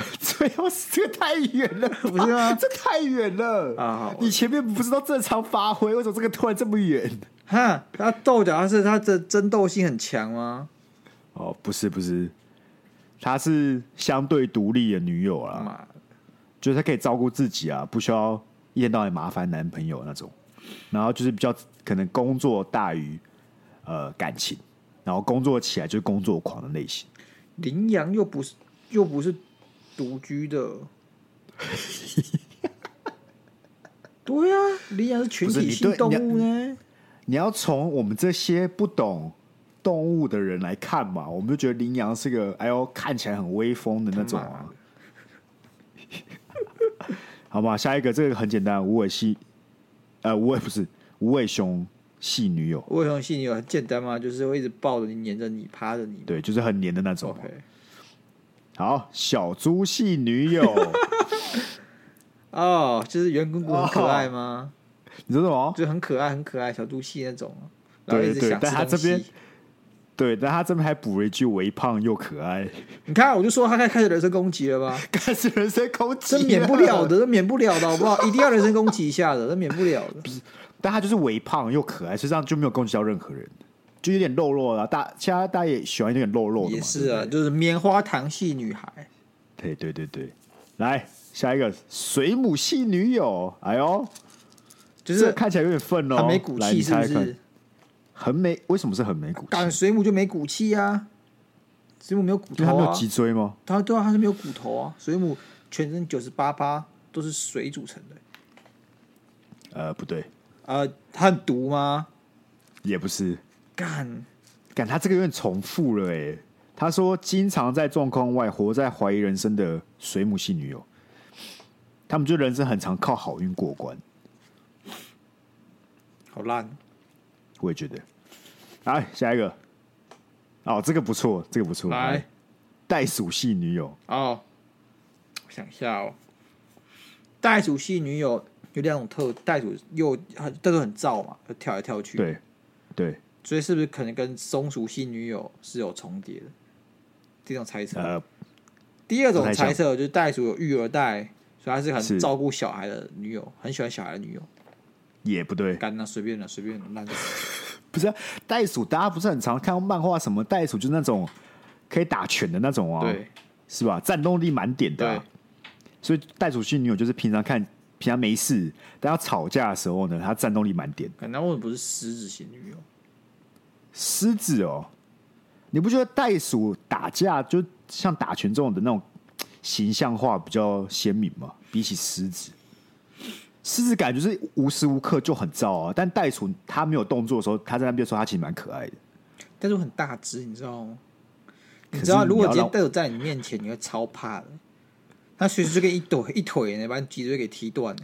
最后这个太 远了吧，不是吗这太远了啊好你前面不是都正常发挥，为什么这个突然这么远？哈，她斗角，她是她的争斗性很强吗？哦，不是不是，她是相对独立的女友啦，妈的，就是她可以照顾自己啊，不需要一天到晚麻烦男朋友那种。然后就是比较可能工作大于呃感情，然后工作起来就是工作狂的类型。羚羊又不是又不是独居 的。对啊，羚羊是群不是体你性对动你物呢。你要从我们这些不懂动物的人来看嘛，我们就觉得羚羊是个哎呦看起来很威风的那种他妈 啊的。好吧，下一个这个很简单，无尾系，呃，无尾不是无尾熊系女友，为什么吸引你很简单嘛，就是会一直抱着你、黏着你、趴着你。对，就是很黏的那种。 ，OK。好，小猪系女 友，哦，就是圆滚滚很可爱吗？哦你说什么？就很可爱、很可爱，小猪系那种，然对后一直对想吃但他东这边西。对，但他这边还补了一句“微胖又可 爱你看，我就说他开开始人身攻击了 吧？”，开始人身攻击，啊这免不了。的，这免不了的，好不好？一定要人身攻击一下的，这免不了 的。但他就是微胖又可爱，实际上就没有攻击到任何人，就有点肉肉的啊。大现在大家也喜欢有点肉肉的嘛，也是啊，对不就是棉花糖系女孩，对对对对对。来下一个水母系女友，哎呦，就这是看起来有点愤哦，很没骨来你气，是猜不猜看是？很没，为什么是很没骨气？赶水母就没骨气啊，水母没有骨因为他头没有啊，脊椎吗？它对啊，它是没有骨头啊，水母全身九十八趴都是水组成的。呃，不对，呃，它很毒吗？也不是。干，感他这个有点重复了哎、他说经常在状况外活在怀疑人生的水母系女友，他们就人生很常靠好运过关，好烂。我也觉得。来下一个，哦，这个不错，这个不错。来，袋鼠系女友，哦，我想一下哦，袋鼠系女友有两种特，袋鼠又很袋鼠很燥嘛，就跳来跳去，，对对，所以是不是可能跟松鼠系女友是有重叠的？这种猜测。呃，第二不种太像猜测就是袋鼠有育儿袋，所以她是很是照顾小孩的女友，很喜欢小孩的女友。也不对，干那随便了，随便了，烂死。不是啊袋鼠，大家不是很常看到漫画什么袋鼠，就是那种可以打拳的那种啊，对是吧？战斗力满点的啊、对所以袋鼠系女友就是平常看，平常没事，但要吵架的时候呢，她战斗力满点。可能为什么不是狮子型女友？狮子哦，你不觉得袋鼠打架就像打拳这种的那种形象化比较鲜明吗？比起狮子，狮子感觉是无时无刻就很燥啊，但袋鼠它没有动作的时候，它在那边的时候，它其实蛮可爱的。但是我很大只，你知道吗？可你是知道，如果你要今让天队友在你面前，你会超怕的。他随时就跟一腿一腿呢，把你脊椎给踢断了。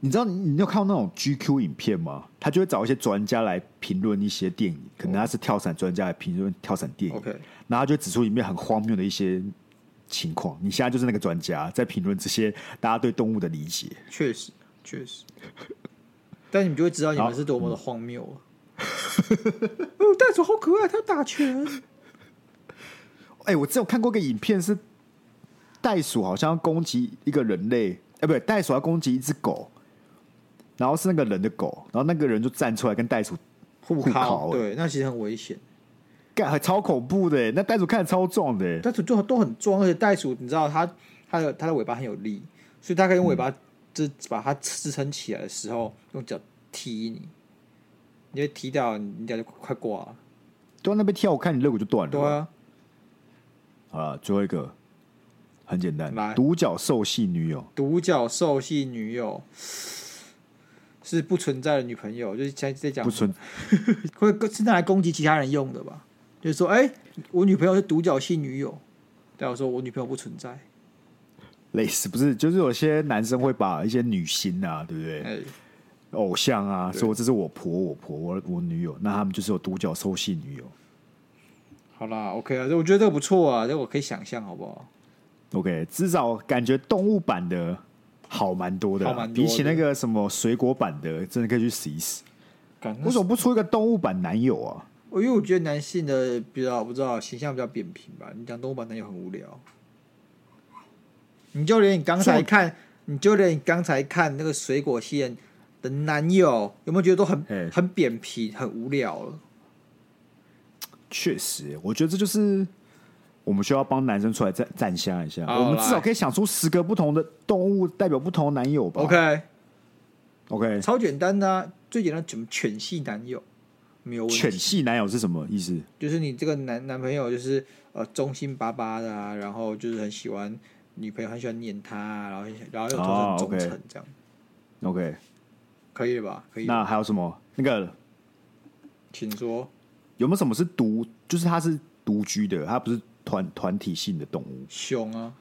你知道你你有看到那种 GQ 影片吗？他就会找一些专家来评论一些电影，可能他是跳伞专家来评论跳伞电影 OK 然后他就指出里面很荒谬的一些情况。你现在就是那个专家，在评论这些大家对动物的理解。确实，确实。但你们就会知道你们是多么的荒谬了。 哦，袋鼠好可爱，它打拳。哎、我只有看过一个影片，是袋鼠好像要攻击一个人类，哎、不对，袋鼠要攻击一只狗，然后是那个人的狗，然后那个人就站出来跟袋鼠互互烤靠，欸对，那其实很危险。干，还超恐怖的、那袋鼠看着超壮的、袋鼠就都很壮，而且袋鼠你知道它它的它的尾巴很有力，所以它可以用尾巴嗯支把它支撑起来的时候，用脚踢你，你就踢到你你脚就快挂了。都啊在那边跳，我看你肋骨就断了。对啊，嗯好了，最后一个很简单来，独角兽系女友，独角兽系女友是不存在的女朋友，就是在在讲不存会是拿来攻击其他人用的吧？就是说，哎、我女朋友是独角戏女友，但我说我女朋友不存在。类似不是，就是有些男生会把一些女星啊，对不对？哎、偶像啊，说这是我婆，我婆，我我女友，那他们就是有独角兽系女友。好啦，OK 啊，这我觉得这个不错啊，这我可以想象，好不好？ OK，至少感觉动物版的好蛮多的啦，好蛮多的比起那个什么水果版的，真的可以去试一试。感为什么不出一个动物版男友啊？因为我觉得男性的比较我不知道形象比较扁平吧，你讲动物版男友很无聊。你就连你刚才看，你就连你刚才看那个水果系人的男友，有没有觉得都很、哎很扁平、很无聊了？确实，我觉得这就是我们需要帮男生出来站站下一下。好我们至少来可以想出十个不同的动物代表不同的男友吧。 OK， OK，超简单的、啊，最简单怎么犬系男友没有问犬题，系男友是什么意思？就是你这个男男朋友就是呃忠心巴巴的啊，然后就是很喜欢女朋友，很喜欢黏她、啊，然后很喜然后又哦忠诚忠 OK 诚这样， OK，可以了吧？可以了，那还有什么？那个请说有没有什么是独，就是它是独居的，它不是团团体性的动物？凶啊，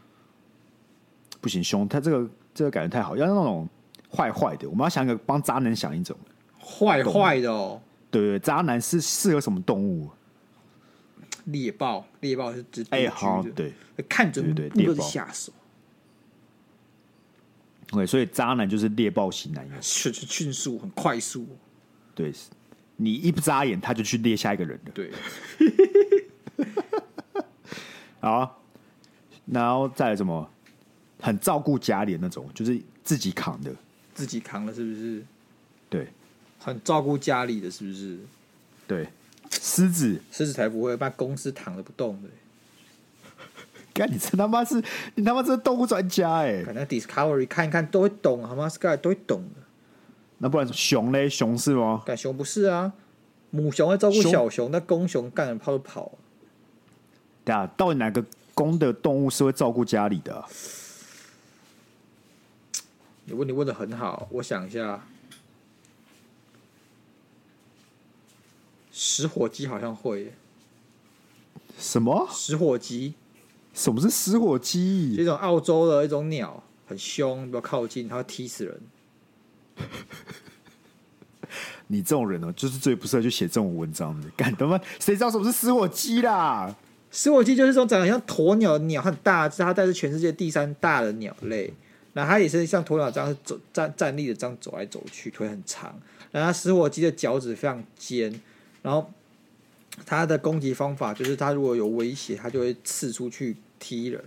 不行，凶，它这个这个感觉太好，要那种坏坏的。我们要想一个帮渣男想一种，坏坏的哦，对对对，渣男是适合什么动物？猎豹，猎豹是指独哎、居好，的，对看准对对部猎落的豹下手， ，OK，所以渣男就是猎豹型男友，迅迅速很快速，对，你一不眨眼他就去猎下一个人了。对， 好，然后再来什么？很照顾家里的那种，就是自己扛的，自己扛了是不是？对很照顾家里的是不是？对，狮子。狮子才不会，把公司躺着不动的、干，你真他妈是，你他妈这动物专家哎、反正 Discovery 看一看都会懂，好吗？Sky 都会懂的。那不然熊嘞？熊是吗？干熊不是啊，母熊会照顾熊小熊，那公熊干了跑就跑。对啊，到底哪个公的动物是会照顾家里的啊、你问题问的很好，我想一下，食火鸡好像会耶，什么？食火鸡什么是食火是一鸡？种澳洲的一种鸟，很凶，不要靠近，它会踢死人。你这种人哦、就是最不适合去写这种文章的。 干他妈，谁知道什么是食火鸡啦？食火鸡就是这种长得像鸵鸟的鸟，它很大只，它大概是全世界第三大的鸟类。然后它也是像鸵鸟这样走站站立的这样走来走去，腿很长。然后它食火鸡的脚趾非常尖，然后它的攻击方法就是它如果有威胁，它就会刺出去踢人。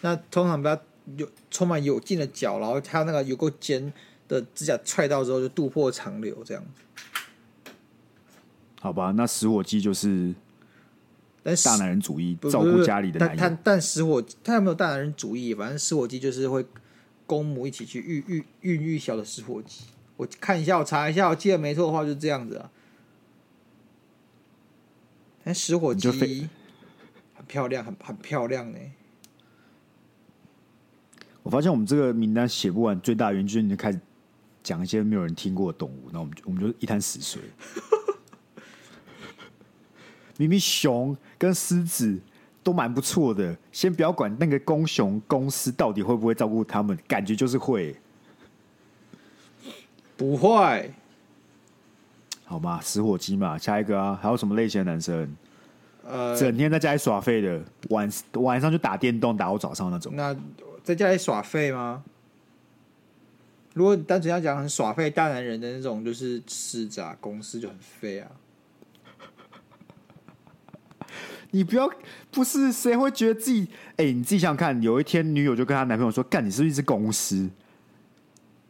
那通常比较有充满有劲的脚，然后它那个有够尖的指甲踹到之后就渡破长流这样。好吧，那死火鸡就是但是大男人主义，不照不顾是家里的但男人但。但食火，他有没有大男人主义？反正食火鸡就是会公母一起去孕育孕育小的食火鸡。我看一下，我查一下，我记得没错的话就是这样子啊。但食火鸡你就非很漂亮，很很漂亮呢、我发现我们这个名单写不完，最大的原因就是你就开始讲一些没有人听过的动物，那我们就我们就一滩死水。 明明熊跟狮子都蛮不错的，先不要管那个公熊公狮到底会不会照顾他们，感觉就是会，不会，好吗？死火鸡嘛，下一个啊，还有什么类型的男生？呃，整天在家里耍废的，晚晚上就打电动打到早上那种。那在家里耍废吗？如果你单纯要讲很耍废大男人的那种，就是狮子啊，公狮就很废啊。你不要，不是谁会觉得自己？哎、你自己想想看，有一天女友就跟她男朋友说：“干，你是不是一只公狮？”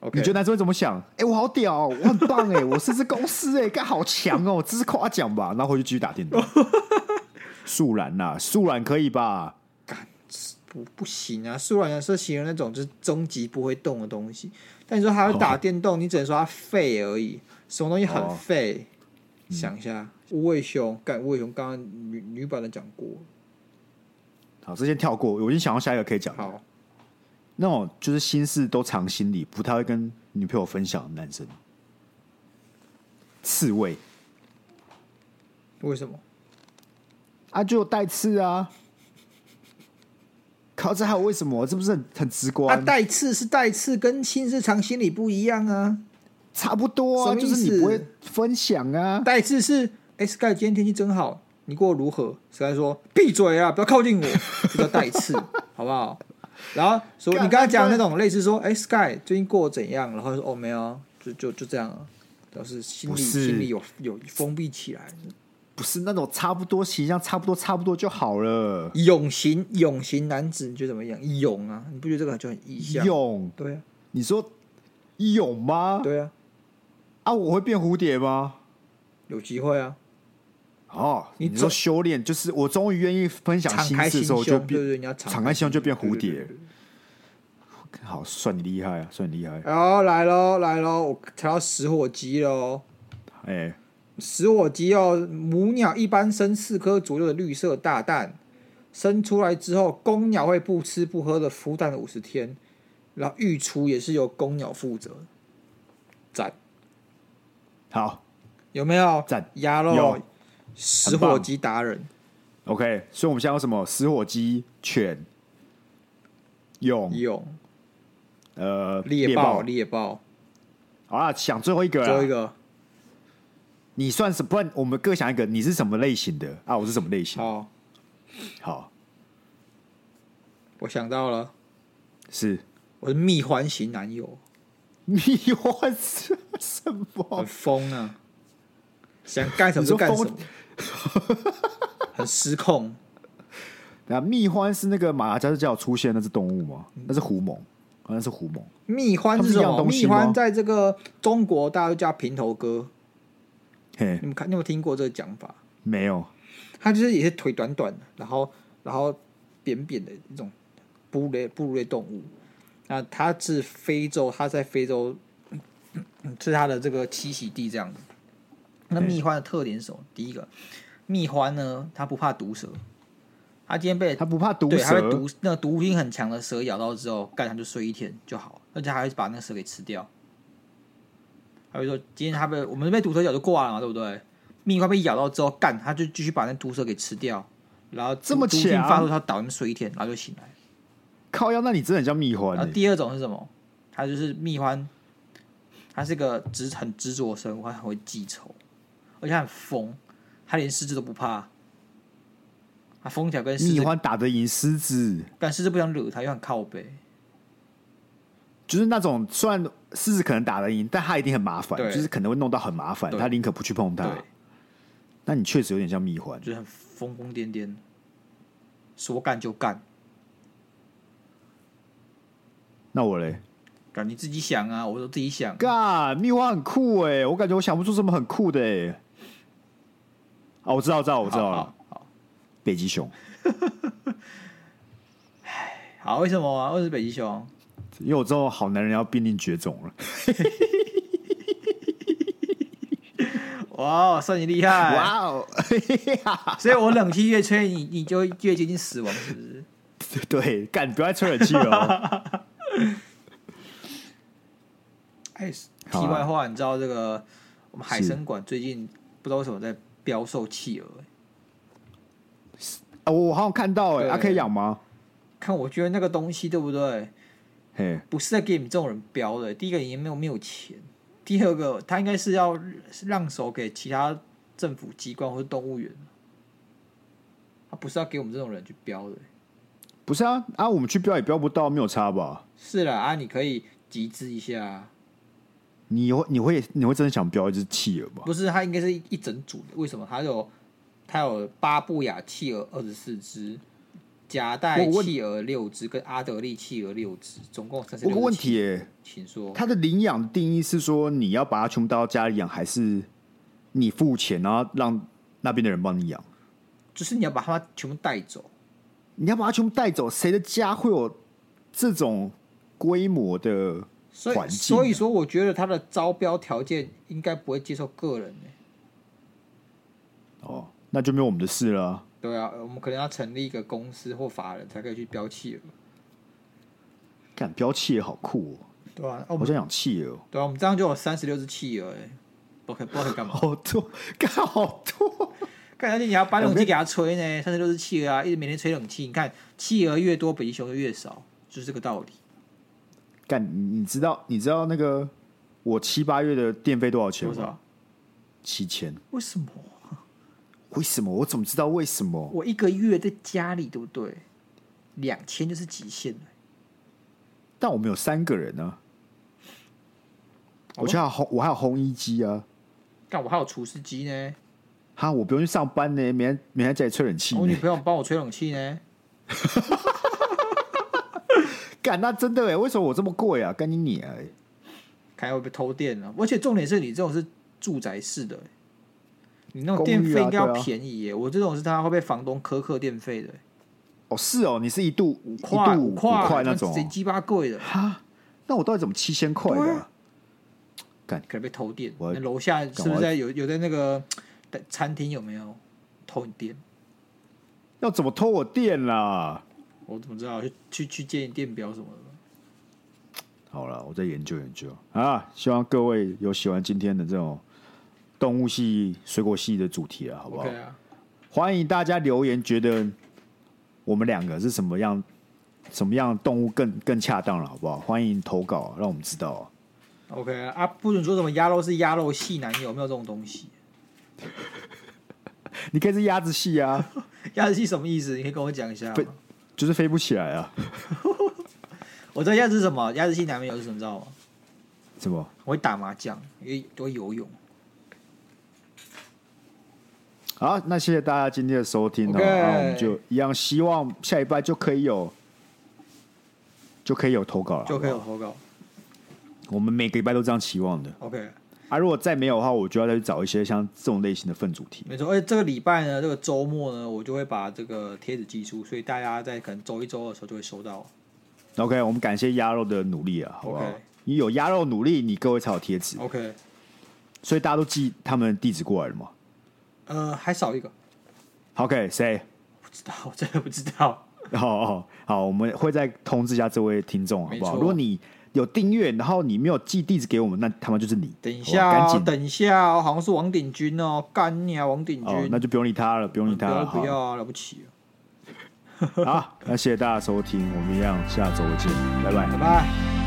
OK，你觉得男生会怎么想？哎、我好屌哦、我很棒哎、 我是只公狮哎、干好强哦、这是夸奖吧？然后回去继续打 电动。素然呐、素然可以吧？不不行啊！素软是形容那种就是终极不会动的东西，但你说他会打电动，你只能说他废而已。什么东西很哦废？想一下，无尾熊，干无尾熊，刚刚女女版的讲过，好，这先跳过，我已经想到下一个可以讲。好，那种就是心事都藏心里，不太会跟女朋友分享的男生，刺猬为什么？啊，就有带刺啊。靠，这还有为什么？这不是很很直啊，观？带刺是带刺，跟心是藏心里不一样啊。差不多什啊，么意就思是你不会分享啊。带刺是，哎、s k y 今天天气真好，你过得如何？Sky 说，闭嘴啊，不要靠近我，这叫带刺， 好不好？然后说干你刚刚讲那那种类似说，哎、s k y 最近过得怎样？然后说哦没有啊，就就就这样啊，表示心里不是心里有有封闭起来，不是那种差不多形象，差不多差不多就好了。勇型勇型男子你觉得怎么样？勇啊，你不觉得这个就很意象？勇，对啊，你说勇吗？对啊，啊，我会变蝴蝶吗？有机会啊，哦，你你总说修炼就是我终于愿意分享敞心开心事的时候，胸，对就不变对？你要敞开开心胸就变蝴对对蝶对。对好，算你厉害啊，算你厉害。然后哦来喽来喽，我调到食火鸡喽。哎，食火鸡哦，母鸟一般生四颗左右的绿色大蛋，生出来之后，公鸟会不吃不喝的孵蛋五十天，然后育雏也是由公鸟负责。赞，好有没有？赞鸭肉有，食火鸡达人， ，OK。所以我们现在有什么？死火鸡、犬、勇、有呃猎豹，猎豹，好啦，想最后一个啦，最后一个你算什？不然我们各想一个，你是什么类型的啊？我是什么类型？好，好，我想到了，是 我是蜜獾型男友，你我是什很么？疯啊，想干什么就干什么你，很失控。那啊蜜獾是那个马达加斯加有出现那只动物吗？嗯那是狐獴，啊那是狐獴。蜜獾是它们是什一样么？东蜜西吗獾在这个中国大家都叫平头哥，嘿你，们看，你有没有听过这个讲法？没有，它就是也是腿短短的，然后然后扁扁的一种哺乳类哺乳类动物。那它是非洲，它在非洲嗯嗯是它的这个栖息地这样子。那对蜜獾的特点是什么？第一个，蜜獾呢，它不怕毒蛇，它今天被它不怕毒对，它被蛇毒那个毒性很强的蛇咬到之后，干它就睡一天就好，而且还会把那个蛇给吃掉。还会说，今天它被我们被毒蛇咬就挂了嘛，对不对？蜜獾被咬到之后，干它就继续把那毒蛇给吃掉，然后毒这么毒性强发作，它倒那边睡一天，然后就醒来。靠腰，那你真的很像蜜獾然后欸。第二种是什么？它就是蜜獾，它是个执很执着的生物，它很会记仇，而且它很疯，它连狮子都不怕。它疯起来跟狮蜜子，獾打得赢狮子，但狮子不想惹它，又很靠背。就是那种虽然狮子可能打得赢，但它一定很麻烦，对就是可能会弄到很麻烦，对它宁可不去碰它对。那你确实有点像蜜獾，就是很疯疯癫癫，说干就干，那我嘞？干你自己想啊，我都自己想。欸干，蜜花很酷哎、我感觉我想不出什么很酷的哎、哦，欸我知道，我知道，我知道好了。北极熊，好，为什么啊？为什么北极熊？因为我知道好男人要濒临绝种了。哇，算你厉害！哦， 所以我冷气越吹，你你就越接近死亡，是不是？对，干，你不要再吹冷 气了哦。哎，题好啊外话，你知道这个我们海是参馆最近不知道为什么在标售企鹅、哎啊我好像看到哎，对啊，可以养吗？看，我觉得那个东西对不对？嘿，不是在给你们这种人标的。第一个，你没有没有钱；第二个，他应该是要让手给其他政府机关或是动物园，他不是要给我们这种人去标的。不是啊，啊，我们去标也标不到，没有差吧？是啦，啊，你可以集资一下啊，你会你会你会真的想标一只企鹅吗？不是？它应该是一一整组的，为什么？它有它有巴布亚企鹅二十四只，夹带我问企鹅六只，跟阿德利企鹅六只，总共三十我有六。个问，题耶，请说。它的领养的定义是说你要把它全部带到家里养，还是你付钱然后让那边的人帮你养？就是你要把它们全部带走。你要把它全部带走，谁的家会有这种规模的所环以，境啊所以说，我觉得他的招标条件应该不会接受个人、欸、哦？那就没有我们的事了啊。对啊，我们可能要成立一个公司或法人才可以去标企鹅，干标企鹅好酷对啊，哦，我好们想养企鹅哦对啊，我们这样就有三十六只企鹅、欸，不可以不可以 干嘛？好多，干好多。干而且你还要把冷气给它吹呢，三十六只企鹅啊，一直每天吹冷气，你看企鹅越多，北极熊就越少，就是这个道理。干，你你知道你知道那个我七八月的电费多少钱多吗？少？七千。为什么？为什么？我怎么知道为什么？我一个月在家里，对不对？两千就是极限了。但我们有三个人啊，哦我家还有烘我还有烘衣机啊。干，我还有除湿机呢，哈，我不用去上班呢，每天每天在家里吹冷气我女呢。朋友帮我吹冷气呢。干、那真的哎，为什么我这么贵啊？干你你哎，看会被偷电了、而且重点是你这种是住宅式的欸、你那种公电寓费啊应该要对啊便宜耶、我这种是他会被房东苛刻电费的、哦是哦，你是一度一块度五块块那种哦贼鸡巴贵的，哈？那我到底怎么七千块对的、啊啊？可能被偷电。我那楼下是不赶是快在有有在那个在餐厅有没有偷你电？要怎么偷我电啊啦？我怎么知道？去去去借你电表什么的？好了，我再研究研究啊！希望各位有喜欢今天的这种动物系、水果系的主题啊，好不好 OK 啊，欢迎大家留言，觉得我们两个是什么样、什么样的动物更更恰当了，好不好？欢迎投稿啊，让我们知道啊。 OK 啊，啊不准说什么鸭肉是鸭肉系男友，没有这种东西。 你可以是鸭子系 啊，鸭子系什么意思？你可以跟我讲一下不吗？就是飞不起来啊，我知道鸭子是什么，鸭子系男友是什么，你知道吗？什么？我会打麻将，也也会游泳。好，那谢谢大家今天的收听哦。 OK 那我们就一样，希望下礼拜就可以有，就可以有投稿了，就可以好有不好投稿。我们每个礼拜都这样期望的 OK，啊。如果再没有的话，我就要再去找一些像这种类型的分主题。没错。而且这个礼拜呢，这个周末呢，我就会把这个贴纸寄出，所以大家在可能周一、周二的时候就会收到。 OK，我们感谢鸭肉的努力啊，好不好 OK 你有鸭肉努力，你各位才有贴纸， OK，所以大家都寄他们的地址过来了嘛。呃，还少一个， OK，谁？不知道， 我真的不知道。好好好，我们会再通知一下这位听众，好不好？没错如果你有订阅，然后你没有寄地址给我们，那他们就是你。等一好下、吧哦，赶紧等一下、哦，好像是王鼎钧哦，干你啊，王鼎钧、哦，那就不用理他了，不用理不他了。要好不要啊，了不起啊，好，那谢谢大家收听，我们一样下周见，拜拜拜。拜。